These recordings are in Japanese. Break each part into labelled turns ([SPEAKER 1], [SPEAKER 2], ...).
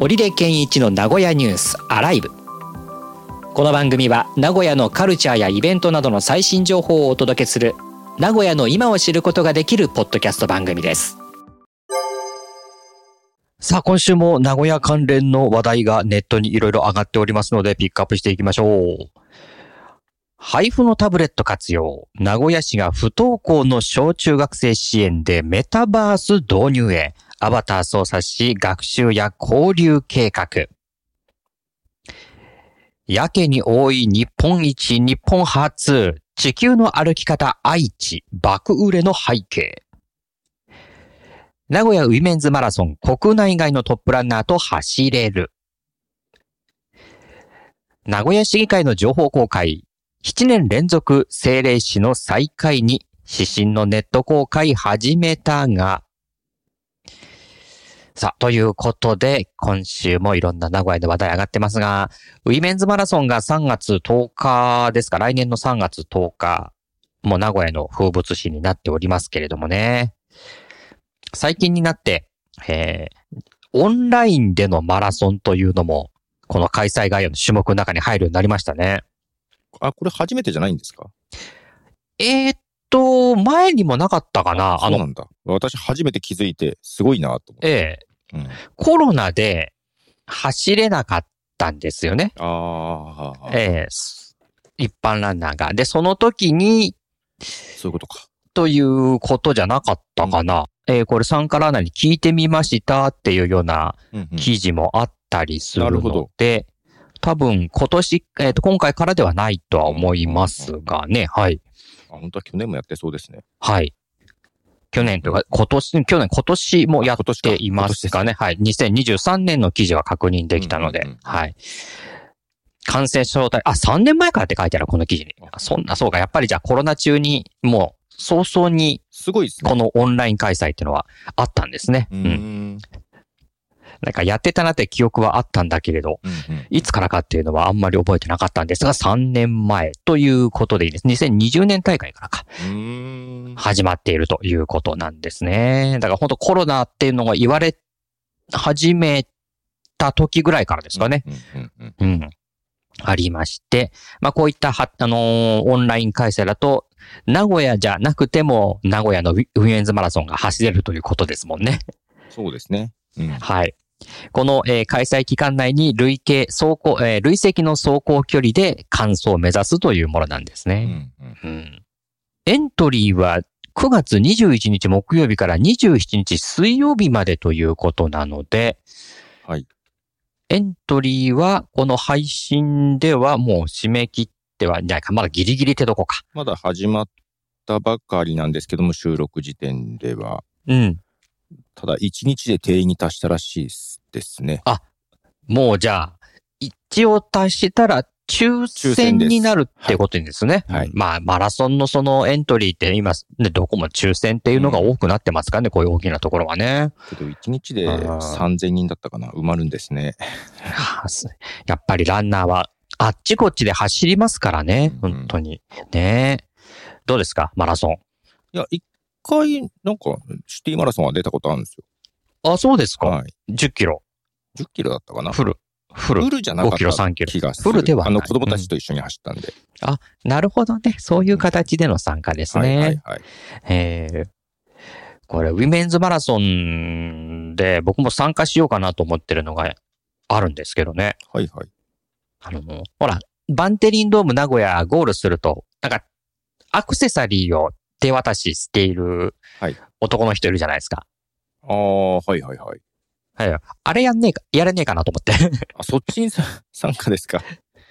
[SPEAKER 1] 織出健一の名古屋ニュースアライブこの番組は名古屋のカルチャーやイベントなどの最新情報をお届けする名古屋の今を知ることができるポッドキャスト番組です
[SPEAKER 2] さあ、今週も名古屋関連の話題がネットにいろいろ上がっておりますので、ピックアップしていきましょう。配布のタブレット活用。名古屋市が不登校の小中学生支援でメタバース導入へ。アバター操作し、学習や交流計画。やけに多い日本一、日本初。地球の歩き方愛知。爆売れの背景。名古屋ウィメンズマラソン国内外のトップランナーと走れる。名古屋市議会の情報公開。7年連続政令市の再開に指針のネット公開始めたが。さあ、ということで、今週もいろんな名古屋で話題上がってますが、ウィメンズマラソンが3月10日ですか、来年の3月10日、もう名古屋の風物詩になっておりますけれどもね。最近になって、えーオンラインでのマラソンというのも、この開催概要の種目の中に入るようになりましたね。
[SPEAKER 3] あ、これ初めてじゃないんですか
[SPEAKER 2] えーっと、前にもなかったかなあ
[SPEAKER 3] そう
[SPEAKER 2] の
[SPEAKER 3] な、んだ。私初めて気づいて、すごいなと思って。
[SPEAKER 2] ええ
[SPEAKER 3] うん、
[SPEAKER 2] コロナで走れなかったんですよね。
[SPEAKER 3] ああ、
[SPEAKER 2] ええす一般ランナーが。で、その時に、
[SPEAKER 3] そういうことか。
[SPEAKER 2] ということじゃなかったかな。えーこれ参加ランナーに聞いてみましたっていうような
[SPEAKER 3] うんうん
[SPEAKER 2] 記事もあったりする
[SPEAKER 3] なるほ
[SPEAKER 2] の
[SPEAKER 3] ど
[SPEAKER 2] で、多分今年、えっ、と、今回からではないとは思いますがね、はい。
[SPEAKER 3] あ本当は去年もやってそうですね。
[SPEAKER 2] はい。去年というか、今年、去年、今年もやっていますかね。はい。2023年の記事は確認できたので、
[SPEAKER 3] うんうんうん
[SPEAKER 2] はい。感染症対、あ、3年前からって書いてある、この記事に。
[SPEAKER 3] あ
[SPEAKER 2] そんな、そうか、やっぱりじゃあコロナ中に、もう、早々に、
[SPEAKER 3] すごいですね。
[SPEAKER 2] このオンライン開催っていうのはあったんですね。
[SPEAKER 3] う
[SPEAKER 2] うんん。
[SPEAKER 3] うん
[SPEAKER 2] なんかやってたなって記憶はあったんだけれど、
[SPEAKER 3] うん
[SPEAKER 2] いつからかっていうのはあんまり覚えてなかったんですが、3年前ということでいいです。2020年大会からか、
[SPEAKER 3] うん
[SPEAKER 2] 始まっているということなんですね。だから本当コロナっていうのが言われ始めた時ぐらいからですかね。。
[SPEAKER 3] うんうんうん
[SPEAKER 2] うん。ありまして、まあこういったは、あのーオンライン開催だと、名古屋じゃなくても、名古屋のウィウィメンズマラソンが走れるということですもんね。
[SPEAKER 3] そうですね。うん
[SPEAKER 2] はい。この、えー開催期間内に累計走行、えー累積の走行距離で完走を目指すというものなんです
[SPEAKER 3] う
[SPEAKER 2] ね。
[SPEAKER 3] んうん
[SPEAKER 2] うん。エントリーは9月21日木曜日から27日水曜日までということなので、
[SPEAKER 3] はい。
[SPEAKER 2] エントリーはこの配信ではもう締め切ってはいないか、まだギリギリってとこか。
[SPEAKER 3] まだ始まったばかりなんですけども、収録時点では。
[SPEAKER 2] うん。
[SPEAKER 3] ただ、一日で定員に達したらしいですね。
[SPEAKER 2] もうじゃあ、一応足したら、抽選になるってことですね。
[SPEAKER 3] はいはい
[SPEAKER 2] まあ、マラソンのそのエントリーって今、ね、どこも抽選っていうのが多くなってますからね、こういう大きなところはね。
[SPEAKER 3] けど、一日で
[SPEAKER 2] あー
[SPEAKER 3] 3000人だったかな。埋まるんですね。
[SPEAKER 2] はあすやっぱりランナーは、あっちこっちで走りますからね、
[SPEAKER 3] うん
[SPEAKER 2] 本当に。ねえどうですか、マラソン。
[SPEAKER 3] いや、一回、なんか、シティマラソンは出たことあるんですよ。
[SPEAKER 2] あ、そうですか。
[SPEAKER 3] はい。
[SPEAKER 2] 10キロ、
[SPEAKER 3] 10キロだったかな。
[SPEAKER 2] フル、フル。
[SPEAKER 3] フルじゃなかった
[SPEAKER 2] 5キロ3キロ
[SPEAKER 3] 気がする。
[SPEAKER 2] フルではない
[SPEAKER 3] あの、子供たちと一緒に走ったんで。
[SPEAKER 2] なるほどね。そういう形での参加ですね。
[SPEAKER 3] はいはいはい。
[SPEAKER 2] えーこれ、ウィメンズマラソンで僕も参加しようかなと思ってるのがあるんですけどね。
[SPEAKER 3] はいはい。
[SPEAKER 2] あの、ほら、バンテリンドーム名古屋ゴールすると、なんか、アクセサリーを手渡ししている
[SPEAKER 3] はい
[SPEAKER 2] 男の人いるじゃないですか。
[SPEAKER 3] ああ、はいはいはい。
[SPEAKER 2] あれやんねえか、やれねえかなと思って。
[SPEAKER 3] あ、そっちにさ参加ですか。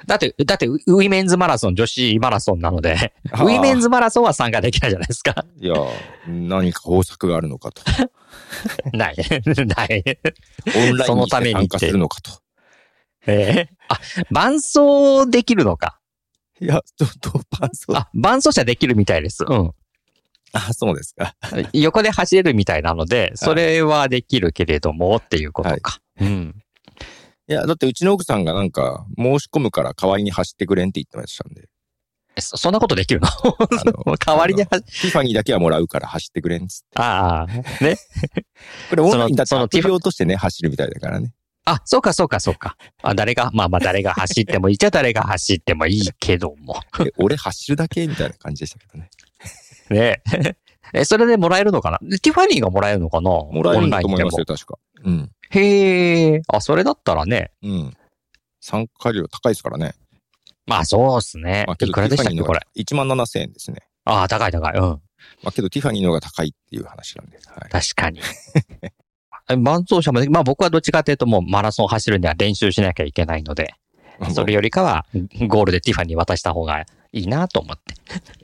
[SPEAKER 2] だって、だってウ、ウィメンズマラソン、女子マラソンなので、 ウ
[SPEAKER 3] あー
[SPEAKER 2] ィメンズマラソンは参加できないじゃないです か。
[SPEAKER 3] いや、何か方策があるの かと。
[SPEAKER 2] ない。 ない。
[SPEAKER 3] オンライ
[SPEAKER 2] そ
[SPEAKER 3] ン
[SPEAKER 2] の
[SPEAKER 3] に
[SPEAKER 2] ために
[SPEAKER 3] 参加するのかと。
[SPEAKER 2] えーあ、伴走できるのか。
[SPEAKER 3] いや、ちょっと、伴奏。あ
[SPEAKER 2] あ、伴走者できるみたいです。うん。
[SPEAKER 3] そうですか。
[SPEAKER 2] 横で走れるみたいなので、それはできるけれどもっていうことか。うん。
[SPEAKER 3] いや、だってうちの奥さんがなんか、申し込むから代わりに走ってくれんって言ってましたん で。
[SPEAKER 2] えそそんなことできるの
[SPEAKER 3] あの
[SPEAKER 2] 代わりに
[SPEAKER 3] あの
[SPEAKER 2] 走、
[SPEAKER 3] ティファニーだけはもらうから走ってくれんっつって。
[SPEAKER 2] ああ、
[SPEAKER 3] これオンラインだと
[SPEAKER 2] その
[SPEAKER 3] ア
[SPEAKER 2] ティ
[SPEAKER 3] プ
[SPEAKER 2] ファ
[SPEAKER 3] リ落としてね、走るみたいだからね。
[SPEAKER 2] あ、そうかそうかそうか。あ誰が、まあまあ誰が走ってもいいっちゃ誰が走ってもいいけども。
[SPEAKER 3] え俺走るだけみたいな感じでしたけどね。
[SPEAKER 2] ねえ。え、それでもらえるのかなでティファニーがもらえるのかな
[SPEAKER 3] もらえる
[SPEAKER 2] オンライ
[SPEAKER 3] と
[SPEAKER 2] ン
[SPEAKER 3] 思
[SPEAKER 2] で
[SPEAKER 3] い
[SPEAKER 2] も
[SPEAKER 3] ますよ、確か。うん。
[SPEAKER 2] へえ。あ、それだったらね。
[SPEAKER 3] うん。参加料高いですからね。
[SPEAKER 2] まあそうっすね。
[SPEAKER 3] まあ、け
[SPEAKER 2] い
[SPEAKER 3] ど
[SPEAKER 2] くらでしたっけ、これ。
[SPEAKER 3] 1万7000円ですね。
[SPEAKER 2] ああ、高い高い。うん。
[SPEAKER 3] まあ、けどティファニーの方が高いっていう話なんで。はい。
[SPEAKER 2] 確かに。 え伴走者もね、まあ僕はどっちかというともうマラソン走るには練習しなきゃいけないので、
[SPEAKER 3] まあ
[SPEAKER 2] それよりかはゴールでティファニー渡した方がいいなと思って。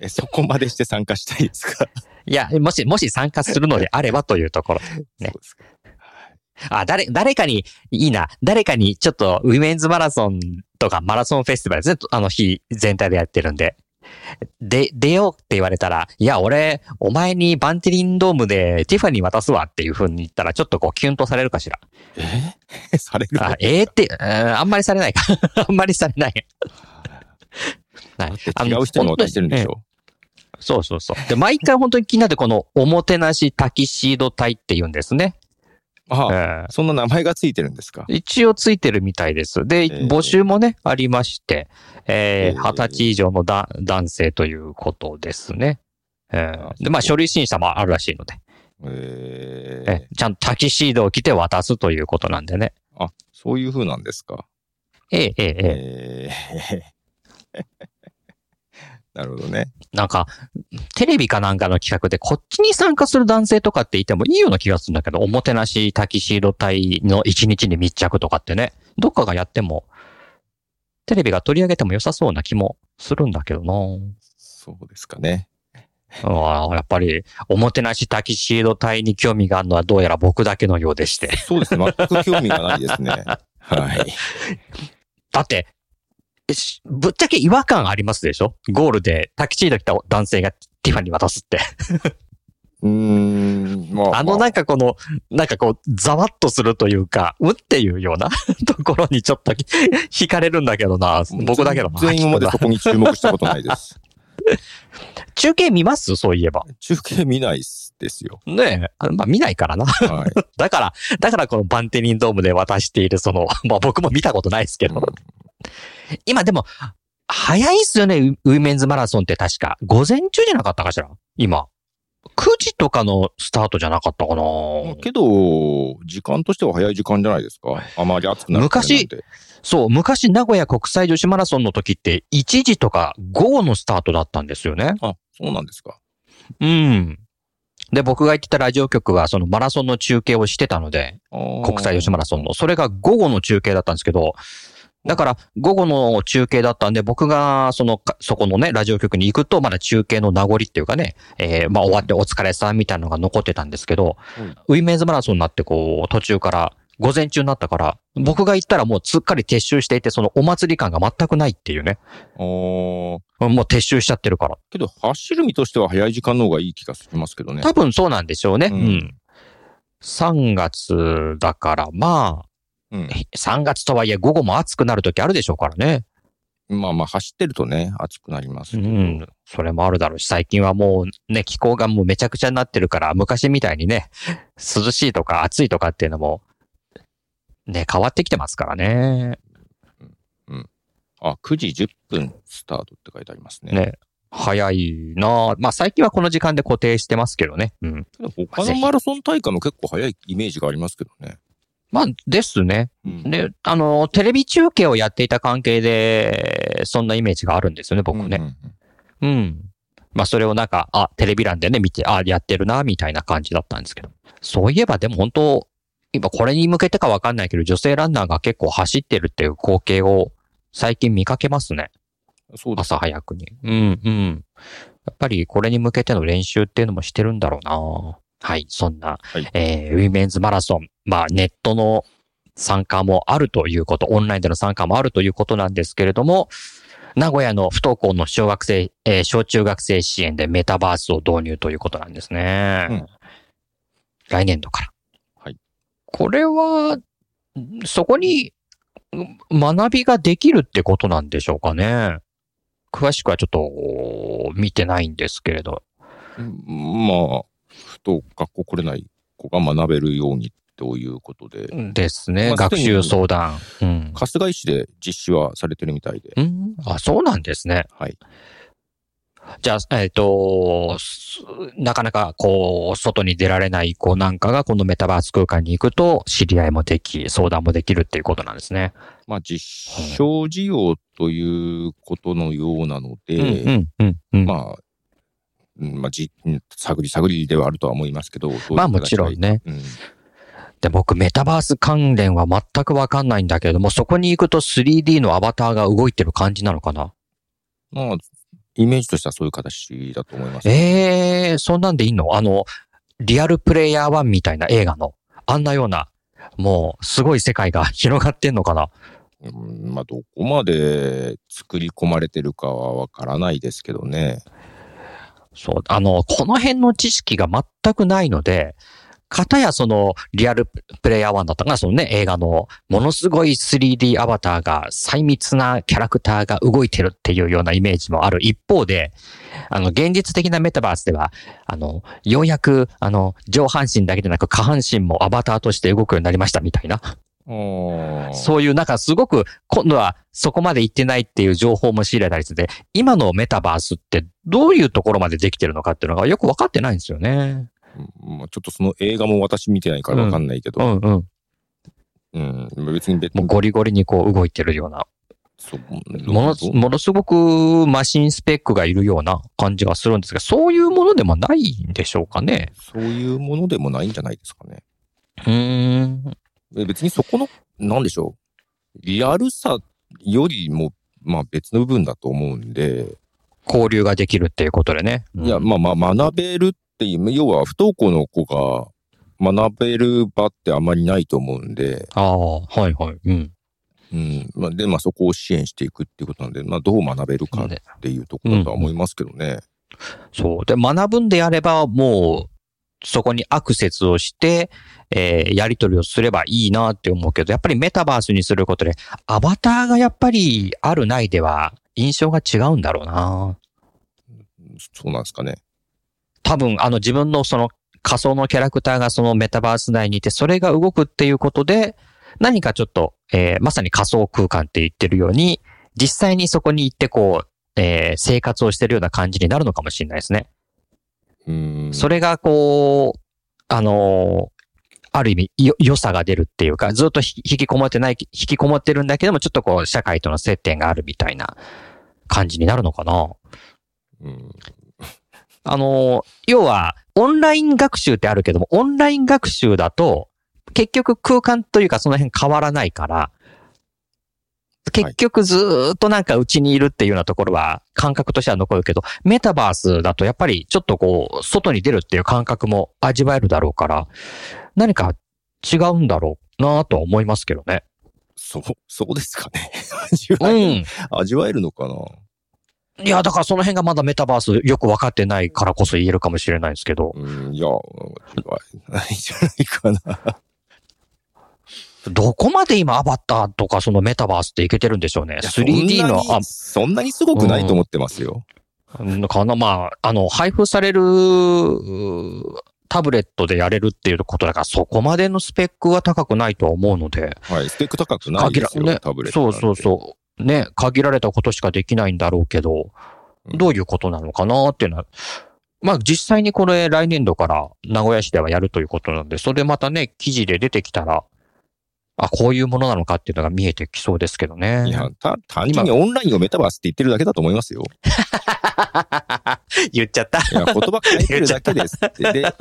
[SPEAKER 3] えそこまでして参加したいですか
[SPEAKER 2] いや、もし、もし参加するのであればというところ。 ね
[SPEAKER 3] そうですか
[SPEAKER 2] あ、誰、誰かに、いいな、誰かにちょっとウィメンズマラソンとかマラソンフェスティバルですね、あの日全体でやってるんで。で、出ようって言われたら、いや、俺、お前にバンテリンドームでティファニー渡すわっていう風に言ったら、ちょっとこうキュンとされるか しら。
[SPEAKER 3] えされるの
[SPEAKER 2] あ、ええって、うんあんまりされないか。 あんまりされない。はい
[SPEAKER 3] だって違う人に渡してるんでしょ
[SPEAKER 2] そうそうそう。で、毎回本当に気になって、この、おもてなしタキシード隊って言うんですね。
[SPEAKER 3] ああ、
[SPEAKER 2] ええ
[SPEAKER 3] そんな名前がついてるんですか
[SPEAKER 2] 一応ついてるみたいです。で、
[SPEAKER 3] ー
[SPEAKER 2] 募集もね、ありまして、えー
[SPEAKER 3] えー
[SPEAKER 2] 20歳以上のだ男性ということですね。えー
[SPEAKER 3] あ
[SPEAKER 2] で、まあ、書類審査もあるらしいので、
[SPEAKER 3] え
[SPEAKER 2] え
[SPEAKER 3] え
[SPEAKER 2] ちゃんとタキシードを着て渡すということなんでね。
[SPEAKER 3] あ、そういう風なんですか。
[SPEAKER 2] ええええええ
[SPEAKER 3] ええ なるほどね。
[SPEAKER 2] なんか、テレビかなんかの企画で、こっちに参加する男性とかっていてもいいような気がするんだけど、おもてなしタキシード隊の一日に密着とかってね、どっかがやっても、テレビが取り上げても良さそうな気もするんだけどな
[SPEAKER 3] そうですかね。
[SPEAKER 2] ああ、やっぱり、おもてなしタキシード隊に興味があるのはどうやら僕だけのようでして。
[SPEAKER 3] そうですね。全く興味がないですね。はい。
[SPEAKER 2] だって、えしぶっちゃけ違和感ありますでしょゴールでタキシード着た男性がティファに渡すって。
[SPEAKER 3] うーん、まあ。
[SPEAKER 2] あの
[SPEAKER 3] ま
[SPEAKER 2] なんかこの、なんかこう、ざわっとするというか、うっていうような ところにちょっと惹かれるんだけどな、僕だけどな。
[SPEAKER 3] 全員今までそこに注目したことないです。
[SPEAKER 2] 中継見ますそういえば。
[SPEAKER 3] 中継見ないっすですよ。
[SPEAKER 2] ねえ。あまあ見ないからな。
[SPEAKER 3] はい。
[SPEAKER 2] だから、だからこのバンテリンドームで渡しているその、 まあ僕も見たことないですけど。今でも、早いっすよね、ウウィメンズマラソンって確か。午前中じゃなかったかしら今。9時とかのスタートじゃなかったかな
[SPEAKER 3] まあけど、時間としては早い時間じゃないですか。あまり暑くなるとね
[SPEAKER 2] 昔そう、昔名古屋国際女子マラソンの時って1時とか午後のスタートだったんですよね。
[SPEAKER 3] あ、そうなんですか。
[SPEAKER 2] うん。で、僕が行ってたラジオ局はそのマラソンの中継をしてたので、国
[SPEAKER 3] 国
[SPEAKER 2] 際女子マラソンの。それが午後の中継だったんですけど、だから午後の中継だったんで、僕がそのか、そこのね、ラジオ局に行くと、まだ中継の名残っていうかね、えーまあ終わってお疲れさんみたいなのが残ってたんですけど、ウィメンズマラソンになってこう、途中から、午前中になったから、僕が行ったらもうすっかり撤収していて、そのお祭り感が全くないっていうね。
[SPEAKER 3] おー
[SPEAKER 2] もう撤収しちゃってるから。
[SPEAKER 3] けど、走る身としては早い時間の方がいい気がしますけどね。
[SPEAKER 2] 多分そうなんでしょうね。う
[SPEAKER 3] うん
[SPEAKER 2] ん。3月だから、ま
[SPEAKER 3] うん
[SPEAKER 2] あ、3月とはいえ午後も暑くなる時あるでしょうからね。
[SPEAKER 3] まあまあ、走ってるとね、暑くなります
[SPEAKER 2] う
[SPEAKER 3] けど。
[SPEAKER 2] ん。それもあるだろうし、最近はもうね、気候がもうめちゃくちゃになってるから、昔みたいにね、涼しいとか暑いとかっていうのも、ね、変わってきてますからね。
[SPEAKER 3] あ、9時10分スタートって書いてありますね。
[SPEAKER 2] ね早いなあまあ最近はこの時間で固定してますけどね。うん。
[SPEAKER 3] けど他のマラソン大会も結構早いイメージがありますけどね。
[SPEAKER 2] まあですね。
[SPEAKER 3] うん
[SPEAKER 2] で、あの、テレビ中継をやっていた関係で、そんなイメージがあるんですよね、僕ね。。うん、まあそれをなんか、あ、テレビ欄でね、見て、あ、やってるな、みたいな感じだったんですけど。そういえばでも本当、今これに向けてかわかんないけど、女性ランナーが結構走ってるっていう光景を最近見かけますね。
[SPEAKER 3] そうです。
[SPEAKER 2] 朝早くに。うんうん。やっぱりこれに向けての練習っていうのもしてるんだろうな。はい、そんな、
[SPEAKER 3] はい
[SPEAKER 2] えーウィメンズマラソン、まあネットの参加もあるということ、オンラインでの参加もあるということなんですけれども、名古屋の不登校の小学生、えー小中学生支援でメタバースを導入ということなんですね。
[SPEAKER 3] うん
[SPEAKER 2] 来年度から。
[SPEAKER 3] はい
[SPEAKER 2] これは、そこにうん学びができるってことなんでしょうかね。詳しくはちょっとおー見てないんですけれど。
[SPEAKER 3] うんまあ、不登学校来れない子が学べるようにっということで、
[SPEAKER 2] ですね。
[SPEAKER 3] まあ
[SPEAKER 2] 学習相談。うん。
[SPEAKER 3] 春日井市で実施はされてるみたいで、
[SPEAKER 2] うんあ、そうなんですね。
[SPEAKER 3] はい。
[SPEAKER 2] じゃあ、えっ、と、すなかなかこう、外に出られない子なんかが、このメタバース空間に行くと、知り合いもでき、相談もできるっていうことなんですね。
[SPEAKER 3] まあ、実証事業ということのようなので、
[SPEAKER 2] うん、うん、うん。まあ、
[SPEAKER 3] まあ、うんまあ、じ探り探りではあるとは思いますけど、
[SPEAKER 2] もちろん
[SPEAKER 3] ね。
[SPEAKER 2] ね。
[SPEAKER 3] うん
[SPEAKER 2] で、僕、メタバース関連は全くわかんないんだけれども、そこに行くと 3D のアバターが動いてる感じなのかな
[SPEAKER 3] まあ、イメージとしてはそういう形だと思います。
[SPEAKER 2] ええー、そんなんでいいのあの、リアルプレイヤー1みたいな映画の、あんなような、もう、すごい世界が 広がってんのかな
[SPEAKER 3] うんまあ、どこまで作り込まれてるかはわからないですけどね。
[SPEAKER 2] そう、あの、この辺の知識が全くないので、かたやその、リアルプレイヤー1だったかな、そのね、映画の、ものすごい 3D アバターが、細密なキャラクターが動いてるっていうようなイメージもある一方で、あの、現実的なメタバースでは、あの、ようやく、あの、上半身だけでなく下半身もアバターとして動くようになりましたみたいな。
[SPEAKER 3] そ
[SPEAKER 2] そういう、なんかすごく、今度はそこまで行ってないっていう情報も仕入れたりして、今のメタバースってどういうところまでできてるのかっていうのがよく分かってないんですよね。
[SPEAKER 3] うんまあ、ちょっとその映画も私見てないからわかんないけ
[SPEAKER 2] う
[SPEAKER 3] ど、
[SPEAKER 2] んうん。も
[SPEAKER 3] うん別に別
[SPEAKER 2] う
[SPEAKER 3] に
[SPEAKER 2] ゴリゴリにこう動いてるような、
[SPEAKER 3] そう
[SPEAKER 2] ものす、ものすごくマシンスペックがいるような感じがするんですが、そういうものでもないんでしょうかね。
[SPEAKER 3] そういうものでもないんじゃないですかね。
[SPEAKER 2] うーん。
[SPEAKER 3] え別にそこの、なんでしょう。リアルさよりも、まあ別の部分だと思うんで、
[SPEAKER 2] 交流ができるっていうことでね。うん
[SPEAKER 3] いや、まあまあ学べるっていう、要は不登校の子が学べる場ってあまりないと思うんで、
[SPEAKER 2] ああ、はいはい。うん。
[SPEAKER 3] うん。まあ、で、まあそこを支援していくっていうことなんで、まあどう学べるかっていうところだとは思いますけどね。
[SPEAKER 2] そう。で、学ぶんであれば、もう、そこにアクセスをして、えーやり取りをすればいいなって思うけど、やっぱりメタバースにすることで、アバターがやっぱりあるないでは印象が違うんだろうな。
[SPEAKER 3] そうなんですかね。
[SPEAKER 2] 多分、あの自分のその仮想のキャラクターがそのメタバース内にいて、それが動くっていうことで、何かちょっと、えーまさに仮想空間って言ってるように、実際にそこに行ってこう、えー生活をしてるような感じになるのかもしれないですね。
[SPEAKER 3] うん。
[SPEAKER 2] それがこう、あのーある意味、よ、良さが出るっていうか、ずっとひ引きこもってない、引きこもってるんだけども、ちょっとこう、社会との接点があるみたいな感じになるのかな。
[SPEAKER 3] うん。
[SPEAKER 2] あのー要は、オンライン学習ってあるけども、オンライン学習だと、結局空間というかその辺変わらないから、結局ずーっとなんかうちにいるっていうようなところは感覚としては残るけど、メタバースだとやっぱりちょっとこう、外に出るっていう感覚も味わえるだろうから、何か違うんだろうなとは思いますけどね。
[SPEAKER 3] そう、そうですかね。味
[SPEAKER 2] う
[SPEAKER 3] わえる、
[SPEAKER 2] ん。
[SPEAKER 3] 味わえるのかな。
[SPEAKER 2] いや、だからその辺がまだメタバースよくわかってないからこそ言えるかもしれないですけど、
[SPEAKER 3] うん、いや、味わえないんじゃないかな。
[SPEAKER 2] どこまで今アバターとかそのメタバースっていけてるんでしょうね。
[SPEAKER 3] いや
[SPEAKER 2] 3D の、あ、
[SPEAKER 3] そんなにすごくないと思ってますよ。
[SPEAKER 2] うんかな、まあ、あの、配布される、うータブレットでやれるっていうことだから、そこまでのスペックは高くないとは思うので。
[SPEAKER 3] はい。スペック高くないですよ、
[SPEAKER 2] 限らね
[SPEAKER 3] タブレット
[SPEAKER 2] そ
[SPEAKER 3] な
[SPEAKER 2] うん
[SPEAKER 3] て。
[SPEAKER 2] そうそう。ね、限られたことしかできないんだろうけど、
[SPEAKER 3] うん
[SPEAKER 2] どういうことなのかなっていうのは、まあ実際にこれ来年度から名古屋市ではやるということなんで、それまたね、記事で出てきたら、あ、こういうものなのかっていうのが見えてきそうですけどね。
[SPEAKER 3] いや、た、単純にオンラインをメタバースって言ってるだけだと思いますよ。
[SPEAKER 2] 言っちゃった。
[SPEAKER 3] いや、言葉変えてるだけですって。で、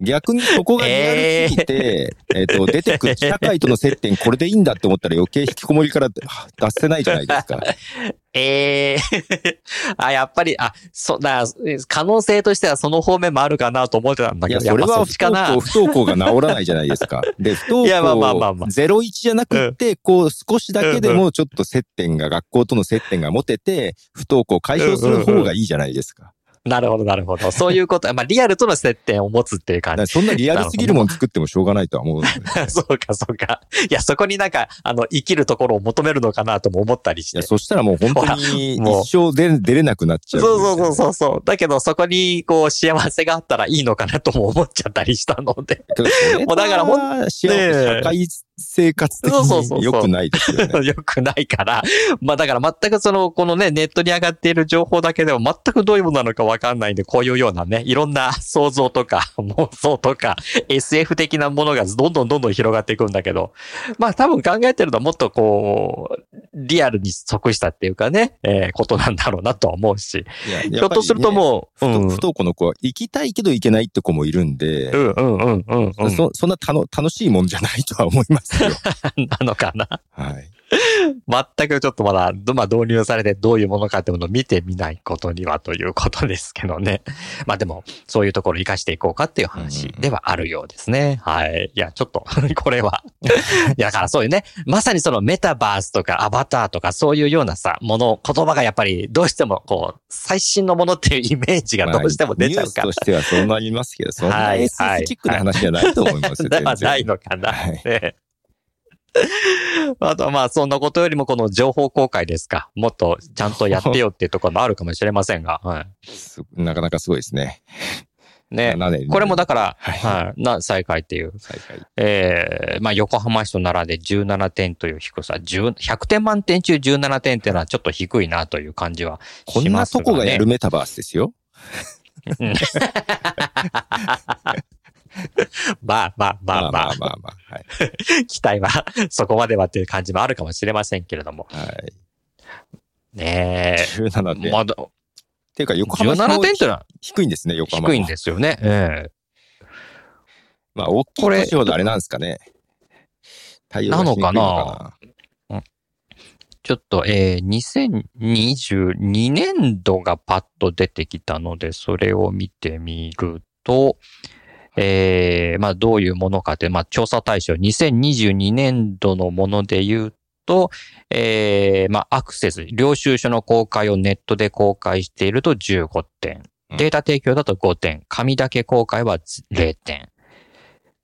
[SPEAKER 3] 逆にそこがリアルすぎて、えっ、と、出てくる社会との接点、これでいいんだって思ったら余計引きこもりからは脱せないじゃないで すか。
[SPEAKER 2] ええ あ、やっぱり、あ、そ、だ、可能性としてはその方面もあるかなと思ってたんだ
[SPEAKER 3] い
[SPEAKER 2] け
[SPEAKER 3] や、
[SPEAKER 2] ど、
[SPEAKER 3] それ
[SPEAKER 2] やっぱ
[SPEAKER 3] は
[SPEAKER 2] っ
[SPEAKER 3] 不
[SPEAKER 2] ちかな
[SPEAKER 3] 登校、。不登校が治らないじゃないですか。で、不登
[SPEAKER 2] いやまあまあまあ
[SPEAKER 3] 校
[SPEAKER 2] まあ
[SPEAKER 3] 01じゃなくて、こう少しだけでもちょっと接点が、学校との接点が持てて、不登校解消する方がいいじゃないですか。
[SPEAKER 2] なるほど、なるほど。そういうこと。まあ、リアルとの接点を持つっていう感
[SPEAKER 3] だ
[SPEAKER 2] じ
[SPEAKER 3] か。らそんなリアルすぎるもん作ってもしょうがないとは思うん だよね
[SPEAKER 2] そうか、そうか。いや、そこになんか、あの、生きるところを求めるのかなとも思ったりし
[SPEAKER 3] い
[SPEAKER 2] て。
[SPEAKER 3] や、
[SPEAKER 2] そ
[SPEAKER 3] そしたらもう本当に
[SPEAKER 2] ほらもう
[SPEAKER 3] 一生出出れなくなっちゃ
[SPEAKER 2] う
[SPEAKER 3] う。
[SPEAKER 2] そうそうそうそう。だけど、そこに、こう、幸せがあったらいいのかなとも思っちゃったりしたので。もうだからほ
[SPEAKER 3] ん社会生活的
[SPEAKER 2] そうそうそうそう
[SPEAKER 3] に良くないですよね。
[SPEAKER 2] 良くないから。まあだから全くその、このね、ネットに上がっている情報だけでも全くどういうものなのかわかんないんで、こういうようなね、いろんな 想像とか妄想とか SF 的なものがどんどんどんどん広がっていくんだけど、まあ多分考えてるのはもっとこう、リアルに即したっていうかね、えーことなんだろうなとは思うし、
[SPEAKER 3] いや
[SPEAKER 2] ひょっとするともう、う
[SPEAKER 3] やっぱりね
[SPEAKER 2] ん、う
[SPEAKER 3] 不
[SPEAKER 2] ん
[SPEAKER 3] 登校の子は行きたいけど行けないって子もいるんで、
[SPEAKER 2] うんうんうんうん。
[SPEAKER 3] そそんなたの楽しいもんじゃないとは思いますよ。
[SPEAKER 2] なのかな。
[SPEAKER 3] はい。
[SPEAKER 2] 全くちょっとまだ、どまあ、導入されてどういうものかってものを見てみないことにはということですけどね。 まあでも、そういうところを活かしていこうかっていう話ではあるようですね。はい。いや、ちょっと、 これは。いや、だからそういうね、まさにそのメタバースとかアバターとかそういうようなさ、もの、言葉がやっぱりどうしてもこう、最新のものっていうイメージがどうしても出ちゃう
[SPEAKER 3] まあ
[SPEAKER 2] から
[SPEAKER 3] ニュースと。してはそうなりますけど、そんな
[SPEAKER 2] はい
[SPEAKER 3] SS チックな話じゃないと思いますよ。
[SPEAKER 2] では
[SPEAKER 3] 全然
[SPEAKER 2] ないのかな。
[SPEAKER 3] はい
[SPEAKER 2] ね あとはまあ、そんなことよりもこの情報公開ですか。もっとちゃんとやってよっていうところもあるかもしれませんが。は
[SPEAKER 3] すなかなかすごいですね。
[SPEAKER 2] い、ね。
[SPEAKER 3] 7年
[SPEAKER 2] これもだから、
[SPEAKER 3] はい
[SPEAKER 2] はい、な、再開っていう。
[SPEAKER 3] 再開
[SPEAKER 2] えー、まあ、横浜市と奈良で17点という低さ、10 100点満点中17点っていうのはちょっと低いなという感じは
[SPEAKER 3] こ
[SPEAKER 2] し
[SPEAKER 3] ん
[SPEAKER 2] ま
[SPEAKER 3] な
[SPEAKER 2] すが、
[SPEAKER 3] と
[SPEAKER 2] ね。
[SPEAKER 3] こがやるメタバースですよ。
[SPEAKER 2] まあまあまあまあ、
[SPEAKER 3] まあまあ。はい
[SPEAKER 2] 期待は そこまではっていう感じもあるかもしれませんけれども。
[SPEAKER 3] はい。
[SPEAKER 2] ねえ。
[SPEAKER 3] 17点。っ
[SPEAKER 2] まだ、
[SPEAKER 3] ていうか、横浜市も
[SPEAKER 2] 17点っていうのは
[SPEAKER 3] 低いんですね、横浜。
[SPEAKER 2] 低いんですよね。え
[SPEAKER 3] まあ、大きい
[SPEAKER 2] これ
[SPEAKER 3] 年ほどあれなんですかね。対応がしにくい
[SPEAKER 2] なのかえちょっと、えー、2022年度がパッと出てきたので、それを見てみると、えー、まあどういうものかって、まあ調査対象、2022年度のもので言うと、えー、まあアクセス、領収書の公開をネットで公開していると15点
[SPEAKER 3] う。ん
[SPEAKER 2] データ提供だと5点。紙だけ公開は0点。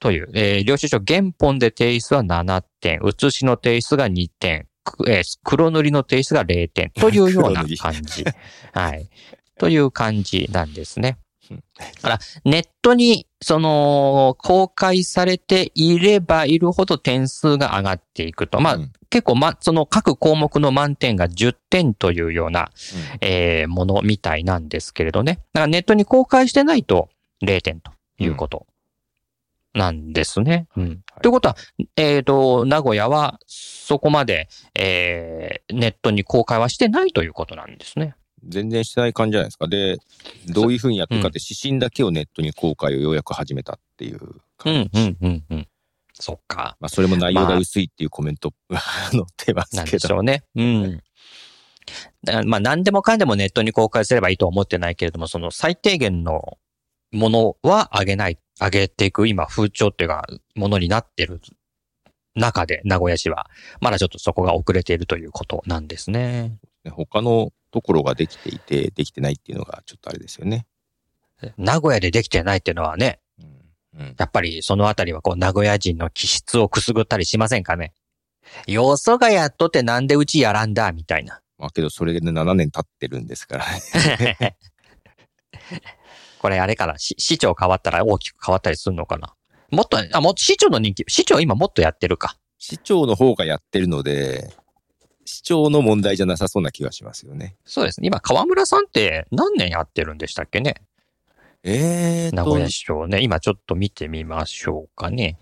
[SPEAKER 2] という、えー領収書原本で提出は7点、写しの提出が2点、くえー黒塗りの提出が0点というような
[SPEAKER 3] 黒塗り
[SPEAKER 2] 感 じ。はい。という感じなんですね
[SPEAKER 3] うん。
[SPEAKER 2] だから、ネットに、その、公開されていればいるほど点数が上がっていくと。まあ
[SPEAKER 3] う、ん
[SPEAKER 2] 結構、ま、その各項目の満点が10点というような、
[SPEAKER 3] うん
[SPEAKER 2] えーものみたいなんですけれどね。だからネットに公開してないと0点ということなんですね。うんということは、えっ、と、名古屋はそこまで、えーネットに公開はしてないということなんですね。
[SPEAKER 3] 全然してない感じじゃないですか。で、どういうふうにやってるかって、指針だけをネットに公開をようやく始めたっていう
[SPEAKER 2] う
[SPEAKER 3] 感じ。
[SPEAKER 2] ん、うん、うん、うん。そっか。
[SPEAKER 3] まあ、それも内容が薄いっていうコメント、 載ってま
[SPEAKER 2] なん
[SPEAKER 3] すけ
[SPEAKER 2] でし
[SPEAKER 3] ど。
[SPEAKER 2] ょうね。うん。だからまあ、何でもかんでもネットに公開すればいいとは思ってないけれども、その最低限のものは上げない、上げていく今風潮っていうか、ものになってる中で、名古屋市は、まだちょっとそこが遅れているということなんですね。
[SPEAKER 3] 他のところができていて、できてないっていうのがちょっとあれですよね。
[SPEAKER 2] 名古屋でできてないっていうのはね、
[SPEAKER 3] うんうん
[SPEAKER 2] やっぱりそのあたりはこう、名古屋人の気質をくすぐったりしませんかね。よそがやっとってなんでうちやらんだ、みたいな。
[SPEAKER 3] まあ、けど、それで7年経ってるんですからね。
[SPEAKER 2] これあれから市市長変わったら大きく変わったりするのかなもっと、あ、もっと市長の人気、市長今もっとやってるか。
[SPEAKER 3] 市長の方がやってるので、市長の問題じゃなさそうな気がしますよね。
[SPEAKER 2] そうですね。今、河村さんって何年やってるんでしたっけね
[SPEAKER 3] えー
[SPEAKER 2] 名
[SPEAKER 3] と
[SPEAKER 2] 古屋、市長ね。今ちょっと見てみましょうかね。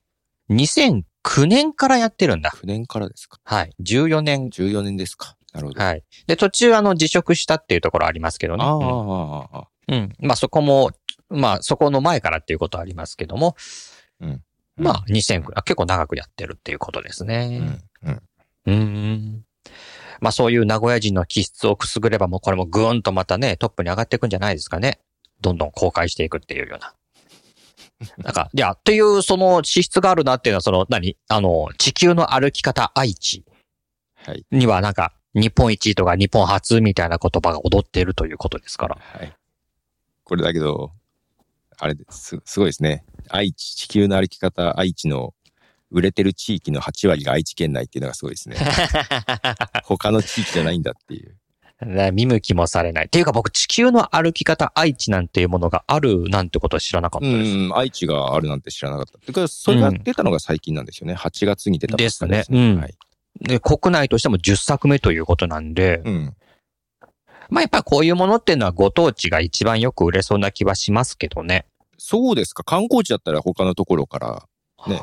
[SPEAKER 2] 2009年からやってるんだ。
[SPEAKER 3] 9年からですか。
[SPEAKER 2] はい。14年。
[SPEAKER 3] 14年ですか。なるほど。
[SPEAKER 2] はい。で、途中あの辞職したっていうところありますけどね。
[SPEAKER 3] あ
[SPEAKER 2] うん
[SPEAKER 3] ーあー、あーあー、
[SPEAKER 2] うん。まあそこも、まあそこの前からっていうことはありますけども、
[SPEAKER 3] うん
[SPEAKER 2] まあ2009、あ結構長くやってるっていうことですね。
[SPEAKER 3] うんうん
[SPEAKER 2] うん。んまあそういう名古屋人の気質をくすぐればもうこれもぐーんとまたね、トップに上がっていくんじゃないですかね。どんどん公開していくっていうような。 なんか、いや、っていうその資質があるなっていうのはその何あの、地球の歩き方愛知
[SPEAKER 3] はい。
[SPEAKER 2] にはなんか、日本一とか日本初みたいな言葉が踊っているということですから。
[SPEAKER 3] はい。これだけど、あれです、すごいですね。愛知、地球の歩き方、愛知の売れてる地域の8割が愛知県内っていうのがすごいで すね。他の地域じゃないんだっていう。
[SPEAKER 2] ね見向きもされない。っていうか僕、地球の歩き方愛知なんていうものがあるなんてことは知らなかった
[SPEAKER 3] う
[SPEAKER 2] です。
[SPEAKER 3] ん、愛知があるなんて知らなかった。てか、それが出たのが最近なんですよね。8月に出たばっかり
[SPEAKER 2] ですねうん
[SPEAKER 3] はい。
[SPEAKER 2] で、国内としても10作目ということなんで、
[SPEAKER 3] うん。
[SPEAKER 2] まあやっぱこういうものっていうのはご当地が一番よく売れそうな気はしますけどね。
[SPEAKER 3] そうですか。観光地だったら他のところから、ね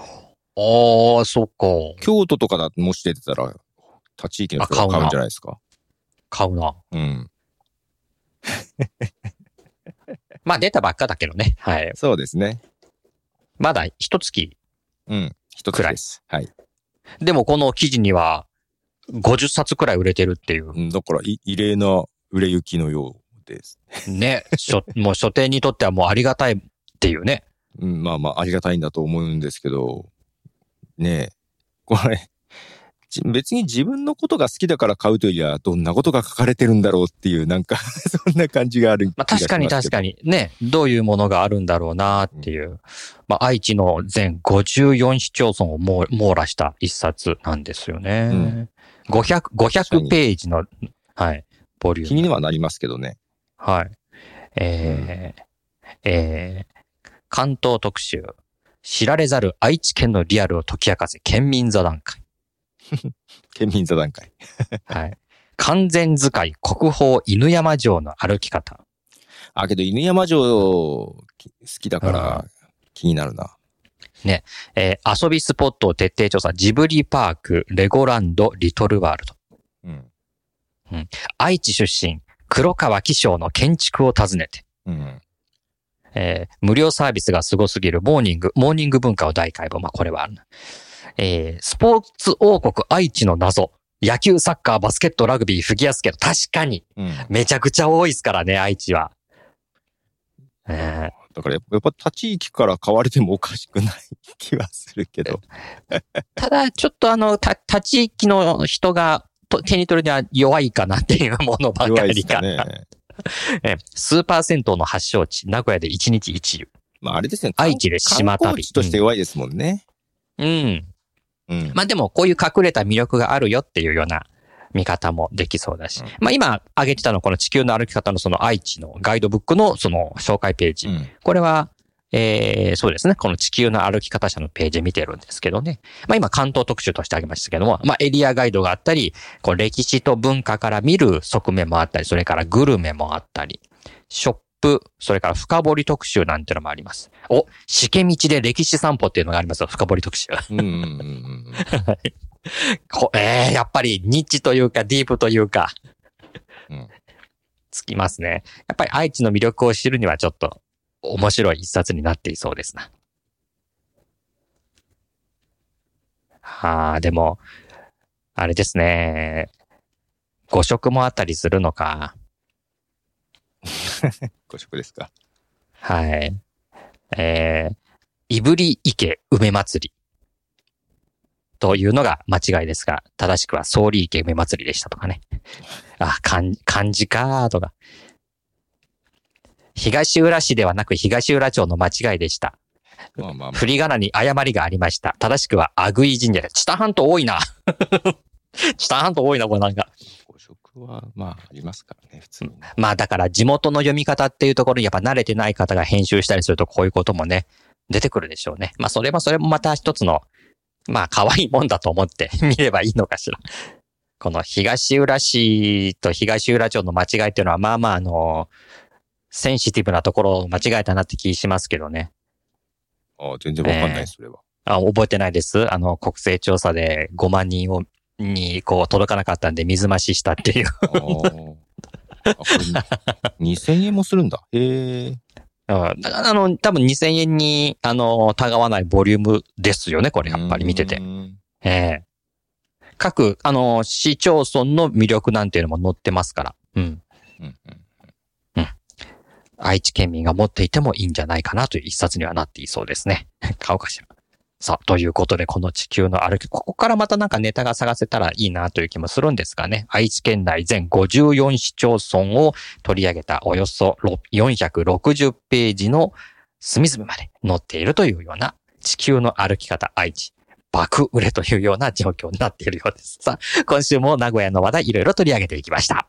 [SPEAKER 2] ああ、そっか。
[SPEAKER 3] 京都とかだもし出てたら、他地域の人が
[SPEAKER 2] あ買うな
[SPEAKER 3] 買うんじゃないですか。
[SPEAKER 2] 買うな。
[SPEAKER 3] うん。
[SPEAKER 2] まあ出たばっかだけどね。はい。
[SPEAKER 3] そうですね。
[SPEAKER 2] まだ一月。
[SPEAKER 3] うん。一つです。はい。
[SPEAKER 2] でもこの記事には、50冊くらい売れてるっていう。
[SPEAKER 3] うんだから、い異例な売れ行きのようです。
[SPEAKER 2] ね。書もう書店にとってはもうありがたいっていうね。
[SPEAKER 3] うん、まあまあ、ありがたいんだと思うんですけど、ねえ、これ、じ別に自分のことが好きだから買うというよりは、どんなことが書かれてるんだろうっていう、なんか、 そんな感じがある気
[SPEAKER 2] まあ
[SPEAKER 3] が
[SPEAKER 2] 確かに確か
[SPEAKER 3] に。
[SPEAKER 2] に。ね。どういうものがあるんだろうなっていう。まあ愛知の全54市町村を網網羅した一冊なんですよね。500、
[SPEAKER 3] かに
[SPEAKER 2] 500ページの、はい、ボリューム
[SPEAKER 3] 気。にはなりますけどね。
[SPEAKER 2] はい。えーえー関東特集。知られざる愛知県のリアルを解き明かせ、県民座談会。
[SPEAKER 3] 県民座談会。
[SPEAKER 2] はい。完全使い、国宝犬山城の歩き方。
[SPEAKER 3] あ、けど犬山城き好きだから気になるな。
[SPEAKER 2] えー遊びスポットを徹底調査、ジブリパーク、レゴランド、リトルワールド。
[SPEAKER 3] うん。
[SPEAKER 2] 愛知出身、黒川紀章の建築を訪ねて、
[SPEAKER 3] うん。
[SPEAKER 2] えー無料サービスがすごすぎるモーニング、モーニング文化を大解剖。まあ、これはあるな。えースポーツ王国愛知の謎。野球、サッカー、バスケット、ラグビー、フィギュアスケート。確かに、
[SPEAKER 3] うん、
[SPEAKER 2] めちゃくちゃ多いですからね、愛知は。え
[SPEAKER 3] だからやっぱやっぱ他地域から買われてもおかしくない気はするけど。
[SPEAKER 2] ーただ、ちょっとあの、た、他地域の人が、と手に取るには弱いかなっていうものば
[SPEAKER 3] 弱
[SPEAKER 2] か
[SPEAKER 3] いで
[SPEAKER 2] り
[SPEAKER 3] すか
[SPEAKER 2] か
[SPEAKER 3] ね
[SPEAKER 2] な。。えースーパー銭湯の発祥地、名古屋で1日1湯。
[SPEAKER 3] まああれですね。
[SPEAKER 2] 愛知で
[SPEAKER 3] 観
[SPEAKER 2] 島旅
[SPEAKER 3] 観光地として弱いですもんね。
[SPEAKER 2] うん。
[SPEAKER 3] うん。
[SPEAKER 2] まあでもこういう隠れた魅力があるよっていうような見方もできそうだし
[SPEAKER 3] うん。
[SPEAKER 2] まあ今挙げてたのはこの地球の歩き方のその愛知のガイドブックのその紹介ページ。
[SPEAKER 3] うん
[SPEAKER 2] これは、えー、そうですね。この地球の歩き方社のページ見てるんですけどね。まあ今関東特集としてあげましたけども、まあエリアガイドがあったり、こう歴史と文化から見る側面もあったり、それからグルメもあったり、ショップ、それから深掘り特集なんてのもあります。お、しけ道で歴史散歩っていうのがありますよ。深掘り特集。
[SPEAKER 3] うんうんうんうん
[SPEAKER 2] こえー、やっぱりニッチというかディープというか、
[SPEAKER 3] うん
[SPEAKER 2] つきますね。やっぱり愛知の魅力を知るにはちょっと面白い一冊になっていそうですな。はあ、でも、あれですね。誤色もあったりするのか。
[SPEAKER 3] ご食で すか。
[SPEAKER 2] はい。えー、いぶり池梅祭り。というのが間違いですが、正しくは総理池梅祭りでしたとかね。あ、漢漢字かーとか。東浦市ではなく東浦町の間違いでした。
[SPEAKER 3] まあまあまあ
[SPEAKER 2] 振り仮名に誤りがありました。正しくはアグイ神社です。知多半島多いな。知多半島多いな、これなんか。
[SPEAKER 3] ご食はまあありますからね、普通にね。
[SPEAKER 2] まあだから地元の読み方っていうところにやっぱ慣れてない方が編集したりするとこういうこともね、出てくるでしょうね。まあそれもそれもまた一つの、まあ可愛いもんだと思って 見ればいいのかしら。この東浦市と東浦町の間違いっていうのはまあまああの、センシティブなところを間違えたなって気しますけどね。
[SPEAKER 3] ああ、全然わかんない、それは。
[SPEAKER 2] あ覚えてないです。あの、国勢調査で5万人を、にこう届かなかったんで水増ししたっていう。
[SPEAKER 3] あーあこれ2000円も するんだ。へえ。
[SPEAKER 2] うんだから、あの、多分2000円に、あの、たがわないボリュームですよね、これ、やっぱり見て
[SPEAKER 3] う
[SPEAKER 2] て。
[SPEAKER 3] ん。
[SPEAKER 2] ええ各、あの、市町村の魅力なんていうのも載ってますから。うん。
[SPEAKER 3] うんうん
[SPEAKER 2] 愛知県民が持っていてもいいんじゃないかなという一冊にはなっていそうですね。買おうかしら。さあ、ということで、この地球の歩き、ここからまたなんかネタが探せたらいいなという気もするんですがね、愛知県内全54市町村を取り上げたおよそ6 460ページの隅々まで載っているというような、地球の歩き方愛知、爆売れというような状況になっているようです。さあ、今週も名古屋の話題いろいろ取り上げていきました。